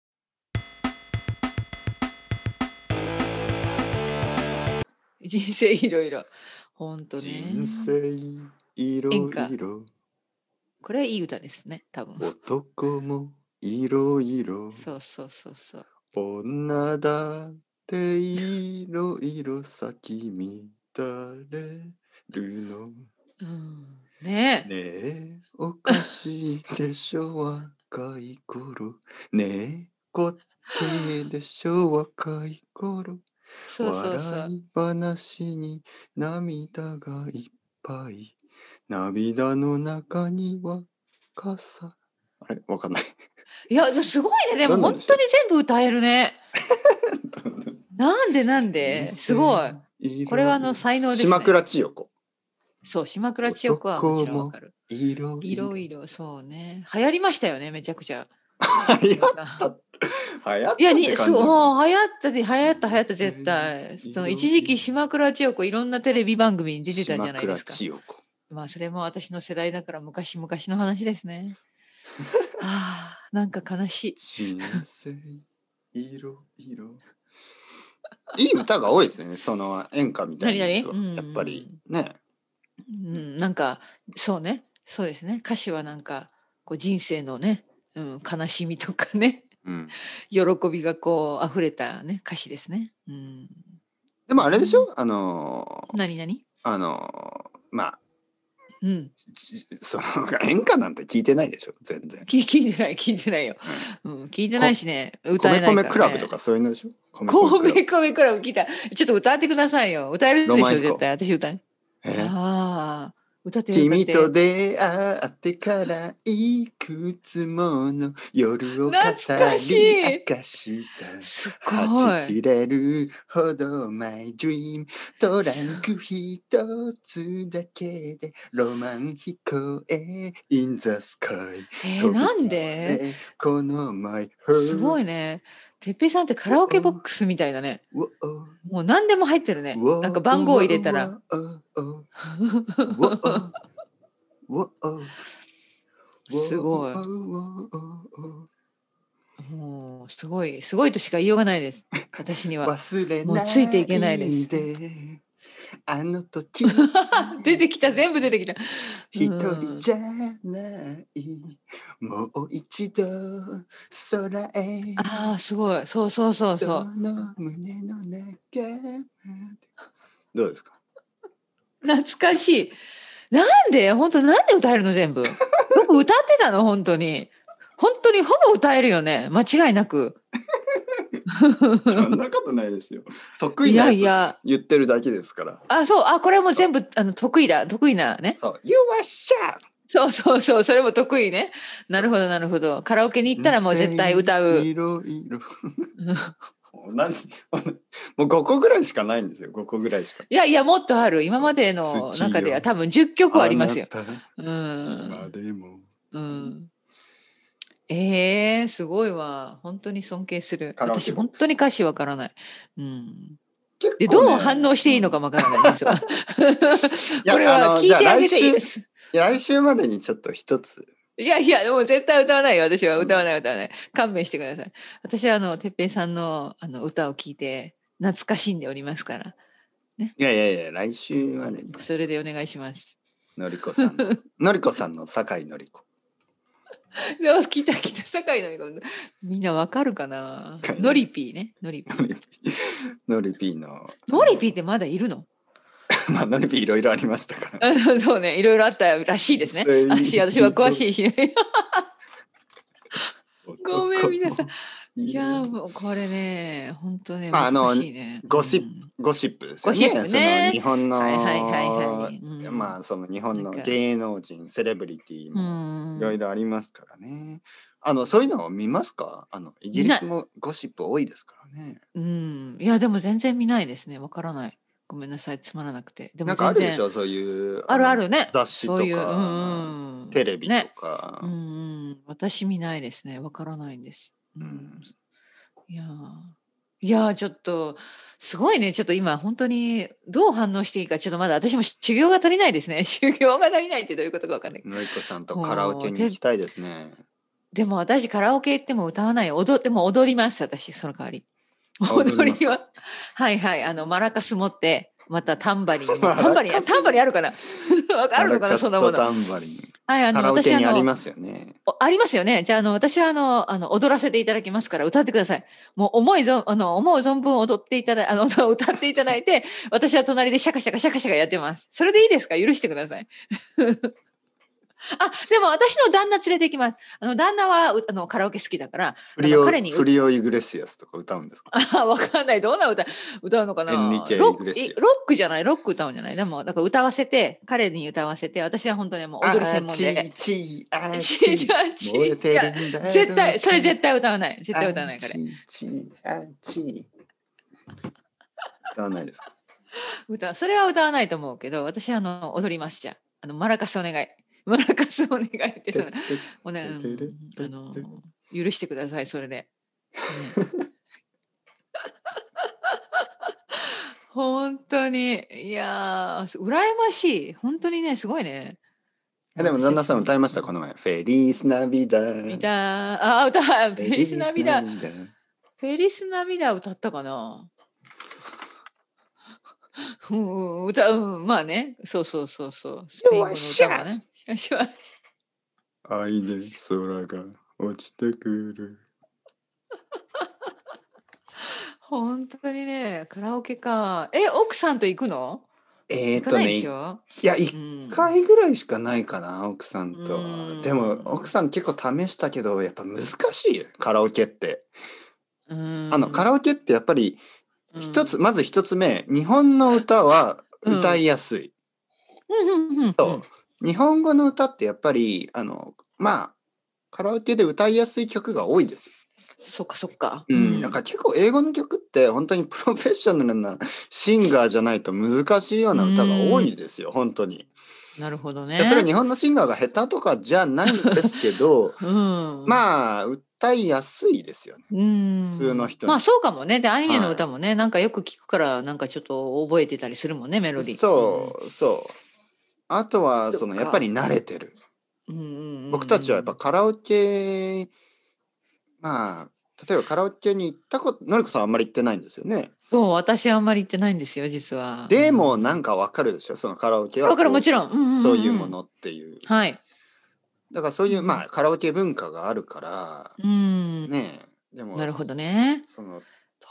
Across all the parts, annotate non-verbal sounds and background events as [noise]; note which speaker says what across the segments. Speaker 1: [laughs] 人生いろいろ。本当ね。
Speaker 2: 人生いろ
Speaker 1: 演
Speaker 2: い
Speaker 1: 歌
Speaker 2: ろ
Speaker 1: これいい歌ですね、多分。
Speaker 2: 男もいろいろ
Speaker 1: そうそうそうそう。
Speaker 2: 女だっていろいろ咲き乱れる
Speaker 1: う
Speaker 2: の
Speaker 1: ん、ねえ。
Speaker 2: ねえおかしいでしょ若い頃ねえこっちでしょ若い頃
Speaker 1: そうそうそう。
Speaker 2: 笑い話に涙がいっぱい涙の中には傘あれわかんない
Speaker 1: いや、すごいね。でも
Speaker 2: 何なん
Speaker 1: 本
Speaker 2: でしょ
Speaker 1: 当
Speaker 2: う
Speaker 1: に全部歌える
Speaker 2: [laughs]
Speaker 1: ね。なんでなんで、すごい。
Speaker 2: い
Speaker 1: これはあの才能です、ね。
Speaker 2: 島倉千代子
Speaker 1: そう、島倉千代子はもちろんわかる。
Speaker 2: いろ
Speaker 1: いろいろ、そうね。流行りましたよね、めちゃくちゃ。
Speaker 2: 流行った流行ったって感
Speaker 1: い
Speaker 2: じ
Speaker 1: や、に、そう、
Speaker 2: う
Speaker 1: もう流行ったで、流行った、流行った、絶対。
Speaker 2: そう
Speaker 1: その一時期島倉千代子いろんなテレビ番組に出てたんじゃないですか。
Speaker 2: 島倉千代子
Speaker 1: まあ、それも私の世代だから、昔々の話です
Speaker 2: [laughs]
Speaker 1: ね。はあ、なんか悲しい。
Speaker 2: 人生いろいろいい歌が多いですねその演歌みたいなやつは
Speaker 1: 何々
Speaker 2: やっぱりね
Speaker 1: うん、なんか、そうね。そうですね。歌詞はなんか、こう人生のね、うん、悲しみとかね。 [laughs]
Speaker 2: うん
Speaker 1: 喜びがこう溢れたね歌詞ですね。うん。
Speaker 2: でもあれでしょあのー
Speaker 1: 何何？
Speaker 2: あのーまあ
Speaker 1: うん。
Speaker 2: ちその演歌なんて聞いてないでしょ全然
Speaker 1: 聞聞いてない聞いてないよ。うん聞いてないしね歌えな
Speaker 2: 米
Speaker 1: いから、
Speaker 2: 米
Speaker 1: ね。
Speaker 2: クラブと。かそういうのでしょ米
Speaker 1: 米米クラブ聞いた。ちょっと歌ってくださいよ。歌えるで
Speaker 2: ロ
Speaker 1: しょ
Speaker 2: マンチコ
Speaker 1: 絶対。私歌え。
Speaker 2: えー
Speaker 1: ああ歌って歌っ
Speaker 2: 君
Speaker 1: て。
Speaker 2: と出会ってからいくつもの夜を語り
Speaker 1: 懐かしい
Speaker 2: 明かした
Speaker 1: す
Speaker 2: は
Speaker 1: ご
Speaker 2: ち
Speaker 1: い。
Speaker 2: 切れるほど My Dream トランク一つだけでロマン飛行へ In the sky
Speaker 1: え
Speaker 2: 飛
Speaker 1: ー、
Speaker 2: び
Speaker 1: なんで？
Speaker 2: ねこの My
Speaker 1: すごい
Speaker 2: い
Speaker 1: ね。てっぺいさんってカラオケボックスみたいだね。もう何でも入ってるね。なんか番号を入れたら。すごい。もうすごいすごいとしか言いようがないです。私には。
Speaker 2: 忘れ
Speaker 1: も
Speaker 2: な
Speaker 1: う
Speaker 2: い
Speaker 1: ついていけないです
Speaker 2: であの時
Speaker 1: [laughs] 出てきた全部出てきた。
Speaker 2: 一
Speaker 1: う
Speaker 2: 人
Speaker 1: ん
Speaker 2: じゃない、もう一度空へ
Speaker 1: ああすごいそうそうそうそう
Speaker 2: の胸の中
Speaker 1: [laughs]
Speaker 2: どうですか
Speaker 1: 懐かしいなんで本当なんで歌えるの全部よく歌ってたの本当に本当にほぼ歌えるよね間違いなく
Speaker 2: そんなことないですよ得
Speaker 1: い
Speaker 2: 意な
Speaker 1: や
Speaker 2: やつ
Speaker 1: いや
Speaker 2: 言ってるだけですから
Speaker 1: あそうあこれも全部あの得意だ得意なね
Speaker 2: そう You are sharp
Speaker 1: そうそうそうそれも得意ねなるほどなるほどカラオケに行ったらもう絶対歌う
Speaker 2: いろいろ
Speaker 1: うん
Speaker 2: 同じもう5個ぐらいしかないんですよ5個ぐらいしか
Speaker 1: [laughs] いやいやもっとある今までの中では多分10曲ありますよ
Speaker 2: あなた
Speaker 1: うん
Speaker 2: 今でも
Speaker 1: うんえー、すごいわ。本当に尊敬する。
Speaker 2: カラオケ
Speaker 1: 私、
Speaker 2: ボッ
Speaker 1: 本
Speaker 2: クス
Speaker 1: 当に歌詞わからない。うん、
Speaker 2: 結構
Speaker 1: で、
Speaker 2: ね
Speaker 1: どう反応していいのかもわからないんですよ。
Speaker 2: や
Speaker 1: [laughs] これは
Speaker 2: あの
Speaker 1: 聞いてあげていい
Speaker 2: じゃあ
Speaker 1: で
Speaker 2: 来
Speaker 1: す。
Speaker 2: いや来週までにちょっと一つ
Speaker 1: いやいや、でも絶対歌わないよ。私は歌わない、歌わない。勘弁してください。私は、あの、てっぺいさんのあの歌を聞いて、懐かしんでおりますから。
Speaker 2: いやいやいや来週までに
Speaker 1: それでお願いします。
Speaker 2: のりこさん
Speaker 1: [laughs]
Speaker 2: ののりこさんの酒井のりこ
Speaker 1: でも、聞いた、聞いた、酒井のりこみんなわかるかな
Speaker 2: 酒井のり
Speaker 1: ノリピーね。ノリピー。
Speaker 2: のりぴーの
Speaker 1: ノリピーってまだいる
Speaker 2: [laughs]
Speaker 1: の
Speaker 2: まあのりぴーいろいろありましたから
Speaker 1: うんそうね、いろいろあったらしいですね
Speaker 2: そうい。う
Speaker 1: 私、私は詳しいし。ごめん皆さん
Speaker 2: ん
Speaker 1: いやー、もうこれね、本当ね、
Speaker 2: まああの
Speaker 1: 難しいね
Speaker 2: ゴシップ
Speaker 1: うん
Speaker 2: ゴシップですよね
Speaker 1: ゴシップね
Speaker 2: その日本の、
Speaker 1: はいはいはいはいうん
Speaker 2: まあその日本
Speaker 1: な
Speaker 2: の
Speaker 1: んか
Speaker 2: 芸能人セレブリティ
Speaker 1: う
Speaker 2: も
Speaker 1: ん。
Speaker 2: いろいろありますからね、あのそういうのを見ますかあのイギリスもゴシップ多いですからね
Speaker 1: うん。いや、でも全然見ないですね。わからない。ごめんなさい、つまらなくて。でも
Speaker 2: なんかあ
Speaker 1: 全
Speaker 2: るでし
Speaker 1: 然。
Speaker 2: ょそういう
Speaker 1: ある
Speaker 2: の
Speaker 1: あるね
Speaker 2: 雑誌と
Speaker 1: そういう、う
Speaker 2: か
Speaker 1: んうん。
Speaker 2: テレビと
Speaker 1: ね。
Speaker 2: か、
Speaker 1: うんうん。私見ないですね。わからないんです。う
Speaker 2: うんん。
Speaker 1: いやーいやーちょっとすごいねちょっと今本当にどう反応していいかちょっとまだ私も修行が足りないですね [laughs] 修行が足りないってどういうことかわかんない
Speaker 2: のりこさんとカラオケに行きたいですね。
Speaker 1: でも私カラオケ行っても歌わない踊っても踊ります私その代わり
Speaker 2: あ踊り
Speaker 1: 踊
Speaker 2: ま
Speaker 1: り
Speaker 2: すか
Speaker 1: ははいはいあのマラカス持ってまたタンバリンも。
Speaker 2: マラカス
Speaker 1: タンバリン、タンバリンあるかな [laughs] わかあるのかな、そんなも
Speaker 2: マラ
Speaker 1: の。
Speaker 2: カスとタンバリン。
Speaker 1: はい、あ
Speaker 2: カ
Speaker 1: の、
Speaker 2: ラオ
Speaker 1: 私、
Speaker 2: ケ
Speaker 1: あ
Speaker 2: にあり
Speaker 1: の、
Speaker 2: ますよね。
Speaker 1: おありますよね。じゃあ、あの、私は、あの、あの、踊らせていただきますから、歌ってください。もう、思いぞ、あの、思う存分踊っていただい、あの、 [laughs] 歌っていただいて、私は隣でシャカシャカシャカシャカやってます。それでいいですか許してください。 [laughs] あ、でも私の旦那連れて行きます。あの、旦那は、うあの、カラオケ好きだから、 [laughs]
Speaker 2: フリオ、
Speaker 1: 彼に
Speaker 2: フリオイグレシアスとか歌うんですか
Speaker 1: あわかんない。どんな歌歌うのかな
Speaker 2: エンリケ
Speaker 1: ロ
Speaker 2: イグレ
Speaker 1: ック
Speaker 2: シアス
Speaker 1: いロックじゃないロック歌うんじゃないでも、だから歌わせて、彼に歌わせて、私は本当にもう踊る専門で。
Speaker 2: チーチー、
Speaker 1: [laughs]
Speaker 2: あーチ
Speaker 1: ち
Speaker 2: ー
Speaker 1: いちゃんちいちゃん
Speaker 2: 燃えてるんだよ
Speaker 1: 絶対、それ絶対歌わない。絶対歌わない、
Speaker 2: あ
Speaker 1: 彼。
Speaker 2: ーチーチーあーチー歌わないですか
Speaker 1: 歌、それは歌わないと思うけど、私、あの、踊りますじゃあ。あの、マラカスお願い。 [laughs] マラカスお願いって、その、おね、
Speaker 2: てれ
Speaker 1: うんあの、許してください、それで。ね [laughs] 本当に、いやー、羨ましい。本当にね、すごいね。
Speaker 2: あでも旦那さん歌いましたこの前。フェリースナビダ。
Speaker 1: 見たあ歌フ
Speaker 2: フ
Speaker 1: ェリスナビダフ
Speaker 2: ェリースナビダ
Speaker 1: ェリスナビダ歌ったかなうんうん歌うんまあねそうそうそうそうスペイン語の歌はねよっしゃ
Speaker 2: 愛で空が落ちてくる。
Speaker 1: 本当にねカラオケかえ奥さんと行くの
Speaker 2: え
Speaker 1: 行
Speaker 2: ー、っ
Speaker 1: か
Speaker 2: と
Speaker 1: ない
Speaker 2: ね、
Speaker 1: でし
Speaker 2: い
Speaker 1: ょ、
Speaker 2: や、
Speaker 1: う
Speaker 2: 一
Speaker 1: ん、
Speaker 2: 回ぐらいしかないかな、奥さんと
Speaker 1: う
Speaker 2: は
Speaker 1: ん。
Speaker 2: でも、奥さん結構試したけど、やっぱ難しいよ、カラオケって。
Speaker 1: うん
Speaker 2: あの、カラオケってやっぱり、一つ、まず一つ目、日本の歌は歌いやすい。
Speaker 1: うんうんうんうん
Speaker 2: と日本語の歌ってやっぱり、あの、まあ、カラオケで歌いやすい曲が多いですよ
Speaker 1: そっかそっか
Speaker 2: うん、なんか結構英語の曲って本当にプロフェッショナ
Speaker 1: [laughs]
Speaker 2: ルなシンガーじゃないと難しいような歌が多いですよ、本当に。
Speaker 1: なるほど
Speaker 2: い
Speaker 1: ね
Speaker 2: やそれは日本のシンガーが下手とかじゃないんですけど
Speaker 1: [laughs] うん
Speaker 2: まあ歌いやすいですよね。
Speaker 1: 普
Speaker 2: 通の人に
Speaker 1: まあそうかもねでアニメ
Speaker 2: は
Speaker 1: の
Speaker 2: い
Speaker 1: 歌もね、なんかよく聞くからなんかちょっと覚えてたりするもんねメロディー
Speaker 2: そうそう。あとはそ
Speaker 1: そ
Speaker 2: の
Speaker 1: っか
Speaker 2: やっぱり慣れてる。
Speaker 1: うん、うんうんうん
Speaker 2: 僕たちはやっぱカラオケまあ例えばカラオケに行ったことのりこさんあんまり行ってないんですよね。
Speaker 1: そう私あんまり行ってないんですよ実は
Speaker 2: でも
Speaker 1: うん
Speaker 2: なんかわかるでしょそのカラオケは
Speaker 1: わかる
Speaker 2: こう
Speaker 1: もちろん,、んんん
Speaker 2: そういうものっていう。
Speaker 1: はい
Speaker 2: だからそういう、
Speaker 1: うん
Speaker 2: まあカラオケ文化があるから、
Speaker 1: うん、
Speaker 2: ねえでも
Speaker 1: なるほどね
Speaker 2: その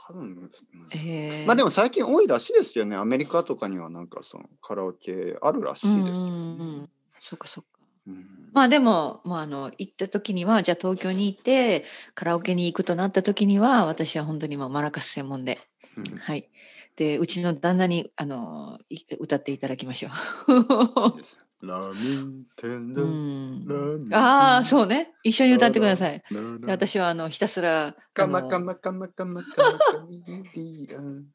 Speaker 2: 多分、
Speaker 1: へえ
Speaker 2: まあでも最近多いらしいですよねアメリカとかにはなんかそのカラオケあるらしいですよ
Speaker 1: う
Speaker 2: ね、
Speaker 1: んうんうんそっかそっか
Speaker 2: うん
Speaker 1: まあでも、まあ、あの行った時にはじゃあ東京にいてカラオケに行くとなった時には私は本当にもうマラカス専門で
Speaker 2: うん
Speaker 1: はい。で、うちの旦那に、あの、い歌っていただきましょ
Speaker 2: いうい。ですよラーメン店
Speaker 1: う
Speaker 2: で
Speaker 1: ん、ああ、そうね。一緒に歌ってください。
Speaker 2: ララ
Speaker 1: で私は、あの、ひたすら、あ
Speaker 2: カマカ
Speaker 1: の
Speaker 2: マカマカマカマカミディアン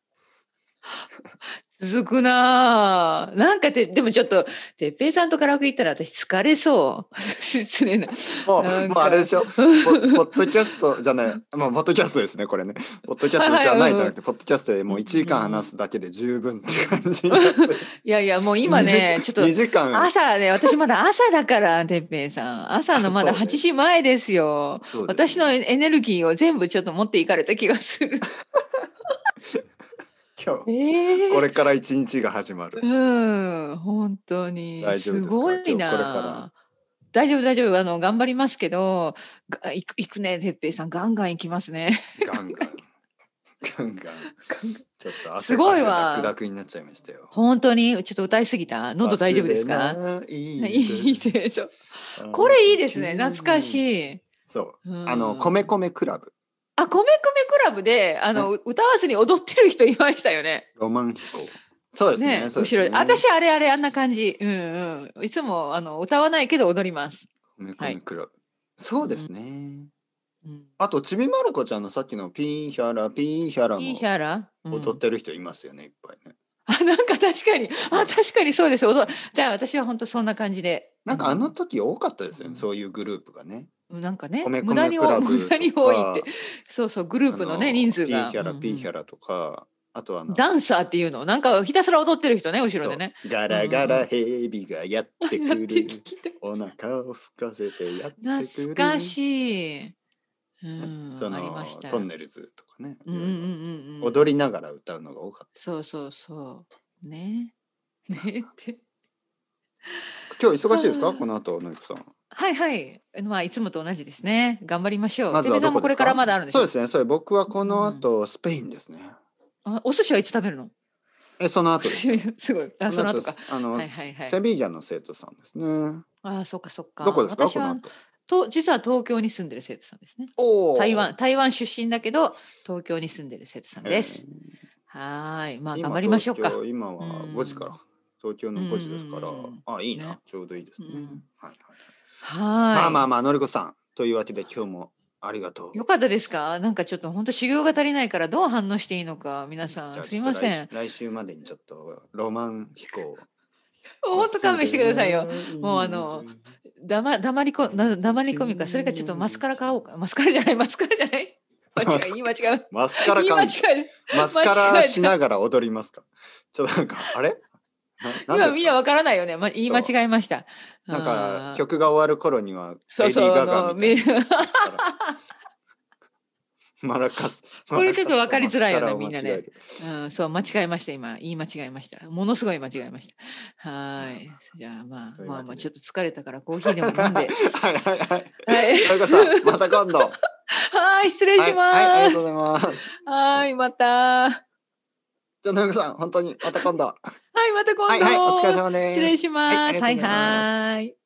Speaker 1: 続くなあなんかて、でもちょっと、てっぺいさんとカラオケ行ったら私疲れそう。 [laughs] 失礼な。
Speaker 2: もう
Speaker 1: なんか
Speaker 2: もうあれでしょポポッドキャストじゃないまあポッドキャストですねこれねポッドキャストじゃないじゃなくてポッドキャストでもう1時間話すだけで十分って感じになってる
Speaker 1: いやいや、もう今ね、ちょっと
Speaker 2: 2、時間
Speaker 1: 朝ね、私まだ朝だから、てっぺいさん。朝のまだ
Speaker 2: あそう
Speaker 1: 8
Speaker 2: ね
Speaker 1: 時前ですよ。
Speaker 2: そうで
Speaker 1: 私
Speaker 2: す
Speaker 1: の
Speaker 2: ね
Speaker 1: エエネルギーを全部ちょっと持っていかれた気がする。
Speaker 2: 今日
Speaker 1: ええ
Speaker 2: [laughs] これから一日が始まる
Speaker 1: うん、本当に。
Speaker 2: 大丈夫ですか
Speaker 1: ごい
Speaker 2: 今日これから
Speaker 1: な。大丈夫、大丈夫。あの、頑張りますけど、が行く行くね、てっぺいさん、ガンガン行きますね。
Speaker 2: ガンガンガンガンちょっと汗
Speaker 1: すごいわ
Speaker 2: 汗ダクダクになっちゃいましたよ
Speaker 1: 本当に、ちょっと歌いすぎた。喉大丈夫ですか
Speaker 2: 忘れないで
Speaker 1: いいでしょ。 [laughs] これいいですね。懐か
Speaker 2: い
Speaker 1: しい。
Speaker 2: そう
Speaker 1: うん
Speaker 2: あの米米クラブ
Speaker 1: あ、米米クラブで、あの、歌わずに踊ってる人いましたよね。
Speaker 2: ロマン飛行そうですね
Speaker 1: ね、
Speaker 2: そうです
Speaker 1: 後
Speaker 2: ね
Speaker 1: ろ。私、あれあれ、あんな感じ。うんうん。いつも、あの、歌わないけど踊ります。
Speaker 2: 米
Speaker 1: は
Speaker 2: 米
Speaker 1: い
Speaker 2: クラブそうですね
Speaker 1: うん、
Speaker 2: あとちびまる子ちゃんのさっきのピーヒャラピーヒャラ
Speaker 1: いいキャラ、うん
Speaker 2: も踊ってる人いますよねいっぱいね
Speaker 1: あなんか確かにあ確かにそうです踊じゃあ私は本当そんな感じで
Speaker 2: なんかあの
Speaker 1: う
Speaker 2: 時多かったです
Speaker 1: う
Speaker 2: よね
Speaker 1: ん
Speaker 2: そういうグループがね
Speaker 1: なんかね
Speaker 2: 米米
Speaker 1: 無駄に
Speaker 2: クラ
Speaker 1: 多い
Speaker 2: ブ
Speaker 1: 無駄に多いってそうそうグループの
Speaker 2: あ
Speaker 1: ね人数
Speaker 2: ピー
Speaker 1: が
Speaker 2: ヒャラ
Speaker 1: うんうん
Speaker 2: ピーヒャラとかあとはあの
Speaker 1: ダンサーっていうのなんかひたすら踊ってる人ね後ろでね
Speaker 2: そうガラガラヘビがやって
Speaker 1: [laughs] や
Speaker 2: く
Speaker 1: って
Speaker 2: る
Speaker 1: きて
Speaker 2: お腹を空かせてやってくる
Speaker 1: 懐かしい、うん、
Speaker 2: そ
Speaker 1: あり
Speaker 2: の
Speaker 1: ました
Speaker 2: トンネルズとかね、
Speaker 1: うんうんうんうん
Speaker 2: 踊りながら歌うのが多かっ
Speaker 1: そうそうそね [laughs] ねって。
Speaker 2: 今日忙しいです
Speaker 1: あ
Speaker 2: か
Speaker 1: ー
Speaker 2: この後、のりこさん。
Speaker 1: はいはい。まあ、いつもと同じですね。頑張りましょう。
Speaker 2: まずは
Speaker 1: てめ
Speaker 2: ど
Speaker 1: さん
Speaker 2: こ
Speaker 1: もこ
Speaker 2: で
Speaker 1: れ
Speaker 2: すか
Speaker 1: からまだあるんでしょ
Speaker 2: そうですね。それ僕はこの後、スペインですね。
Speaker 1: あお寿司はいつ食べるの [laughs]
Speaker 2: え、その後です。
Speaker 1: すごい。 [laughs] あ、その後か
Speaker 2: す。。あの、
Speaker 1: はいはいはい
Speaker 2: セビージャの生徒さんですね。
Speaker 1: あ、そっかそっか。
Speaker 2: どこですか
Speaker 1: 私
Speaker 2: この
Speaker 1: は
Speaker 2: 後。
Speaker 1: と実は東京に住んでる生徒さんですね。
Speaker 2: おー
Speaker 1: 台湾台湾出身だけど東京に住んでる生徒さんです。。はーい。ま
Speaker 2: え
Speaker 1: あ
Speaker 2: ー
Speaker 1: 頑張りましょうか。
Speaker 2: 今東京今は
Speaker 1: うん
Speaker 2: 5時から。東京の5時ですから
Speaker 1: うん。
Speaker 2: あ、いいな
Speaker 1: ね。
Speaker 2: ちょうどいいですね
Speaker 1: うん。
Speaker 2: はいはい。
Speaker 1: はーい。
Speaker 2: まあまあまあ、のりこさん。というわけで、今日もありがとう。
Speaker 1: よかったですか。なんかちょっと本当修行が足りないからどう反応していいのか皆さ
Speaker 2: じゃ
Speaker 1: ん
Speaker 2: あ
Speaker 1: すいません。。
Speaker 2: ちょっと来来週までにちょっとロマン飛行。
Speaker 1: 本当勘弁してくださいよ。。もうあの。黙黙りこな黙り込みかそれかちょっとマスカラ買おうかマスカラじゃないマスカラじゃない。間
Speaker 2: マ
Speaker 1: 違
Speaker 2: ス
Speaker 1: い言い間違う。
Speaker 2: マスカラ
Speaker 1: 言い間
Speaker 2: 感
Speaker 1: 違
Speaker 2: じ。
Speaker 1: い。
Speaker 2: マスカラしながら踊りますか。ちょっとなんか、あれな
Speaker 1: 今み
Speaker 2: 何で
Speaker 1: ん
Speaker 2: す
Speaker 1: な
Speaker 2: か
Speaker 1: わからないよね。ま言い間違えました。
Speaker 2: なん
Speaker 1: あ
Speaker 2: か
Speaker 1: ー
Speaker 2: 曲が終わる頃には
Speaker 1: そ
Speaker 2: レ
Speaker 1: う
Speaker 2: ディ
Speaker 1: そう
Speaker 2: ー・
Speaker 1: あ
Speaker 2: ガガ
Speaker 1: の
Speaker 2: みたい
Speaker 1: み
Speaker 2: なマラカス。
Speaker 1: これちょっとわかりづらいよね
Speaker 2: マラカスと
Speaker 1: みんな
Speaker 2: 間違
Speaker 1: ね
Speaker 2: える。
Speaker 1: うん、そう、間違えました、今。言い間違えました。ものすごい間違えました。はーい。じゃあ、まあ、
Speaker 2: というわけで
Speaker 1: まあ、まあ、ちょっと疲れたから、コーヒーでも飲ん
Speaker 2: [laughs]
Speaker 1: で。
Speaker 2: はいはいはい。
Speaker 1: はい。
Speaker 2: のりこさん、また今度。
Speaker 1: はーい、失礼
Speaker 2: は
Speaker 1: し
Speaker 2: い、はい、あ
Speaker 1: ま
Speaker 2: りが
Speaker 1: す
Speaker 2: と。うございます。
Speaker 1: はーい、また。は
Speaker 2: じゃあ、のりこさん、本当にまた今度。
Speaker 1: い、また今
Speaker 2: はい
Speaker 1: 度。
Speaker 2: はい、お疲れ様です。
Speaker 1: 失礼します。は
Speaker 2: は
Speaker 1: い
Speaker 2: あり
Speaker 1: い、
Speaker 2: がとうございます
Speaker 1: はーい。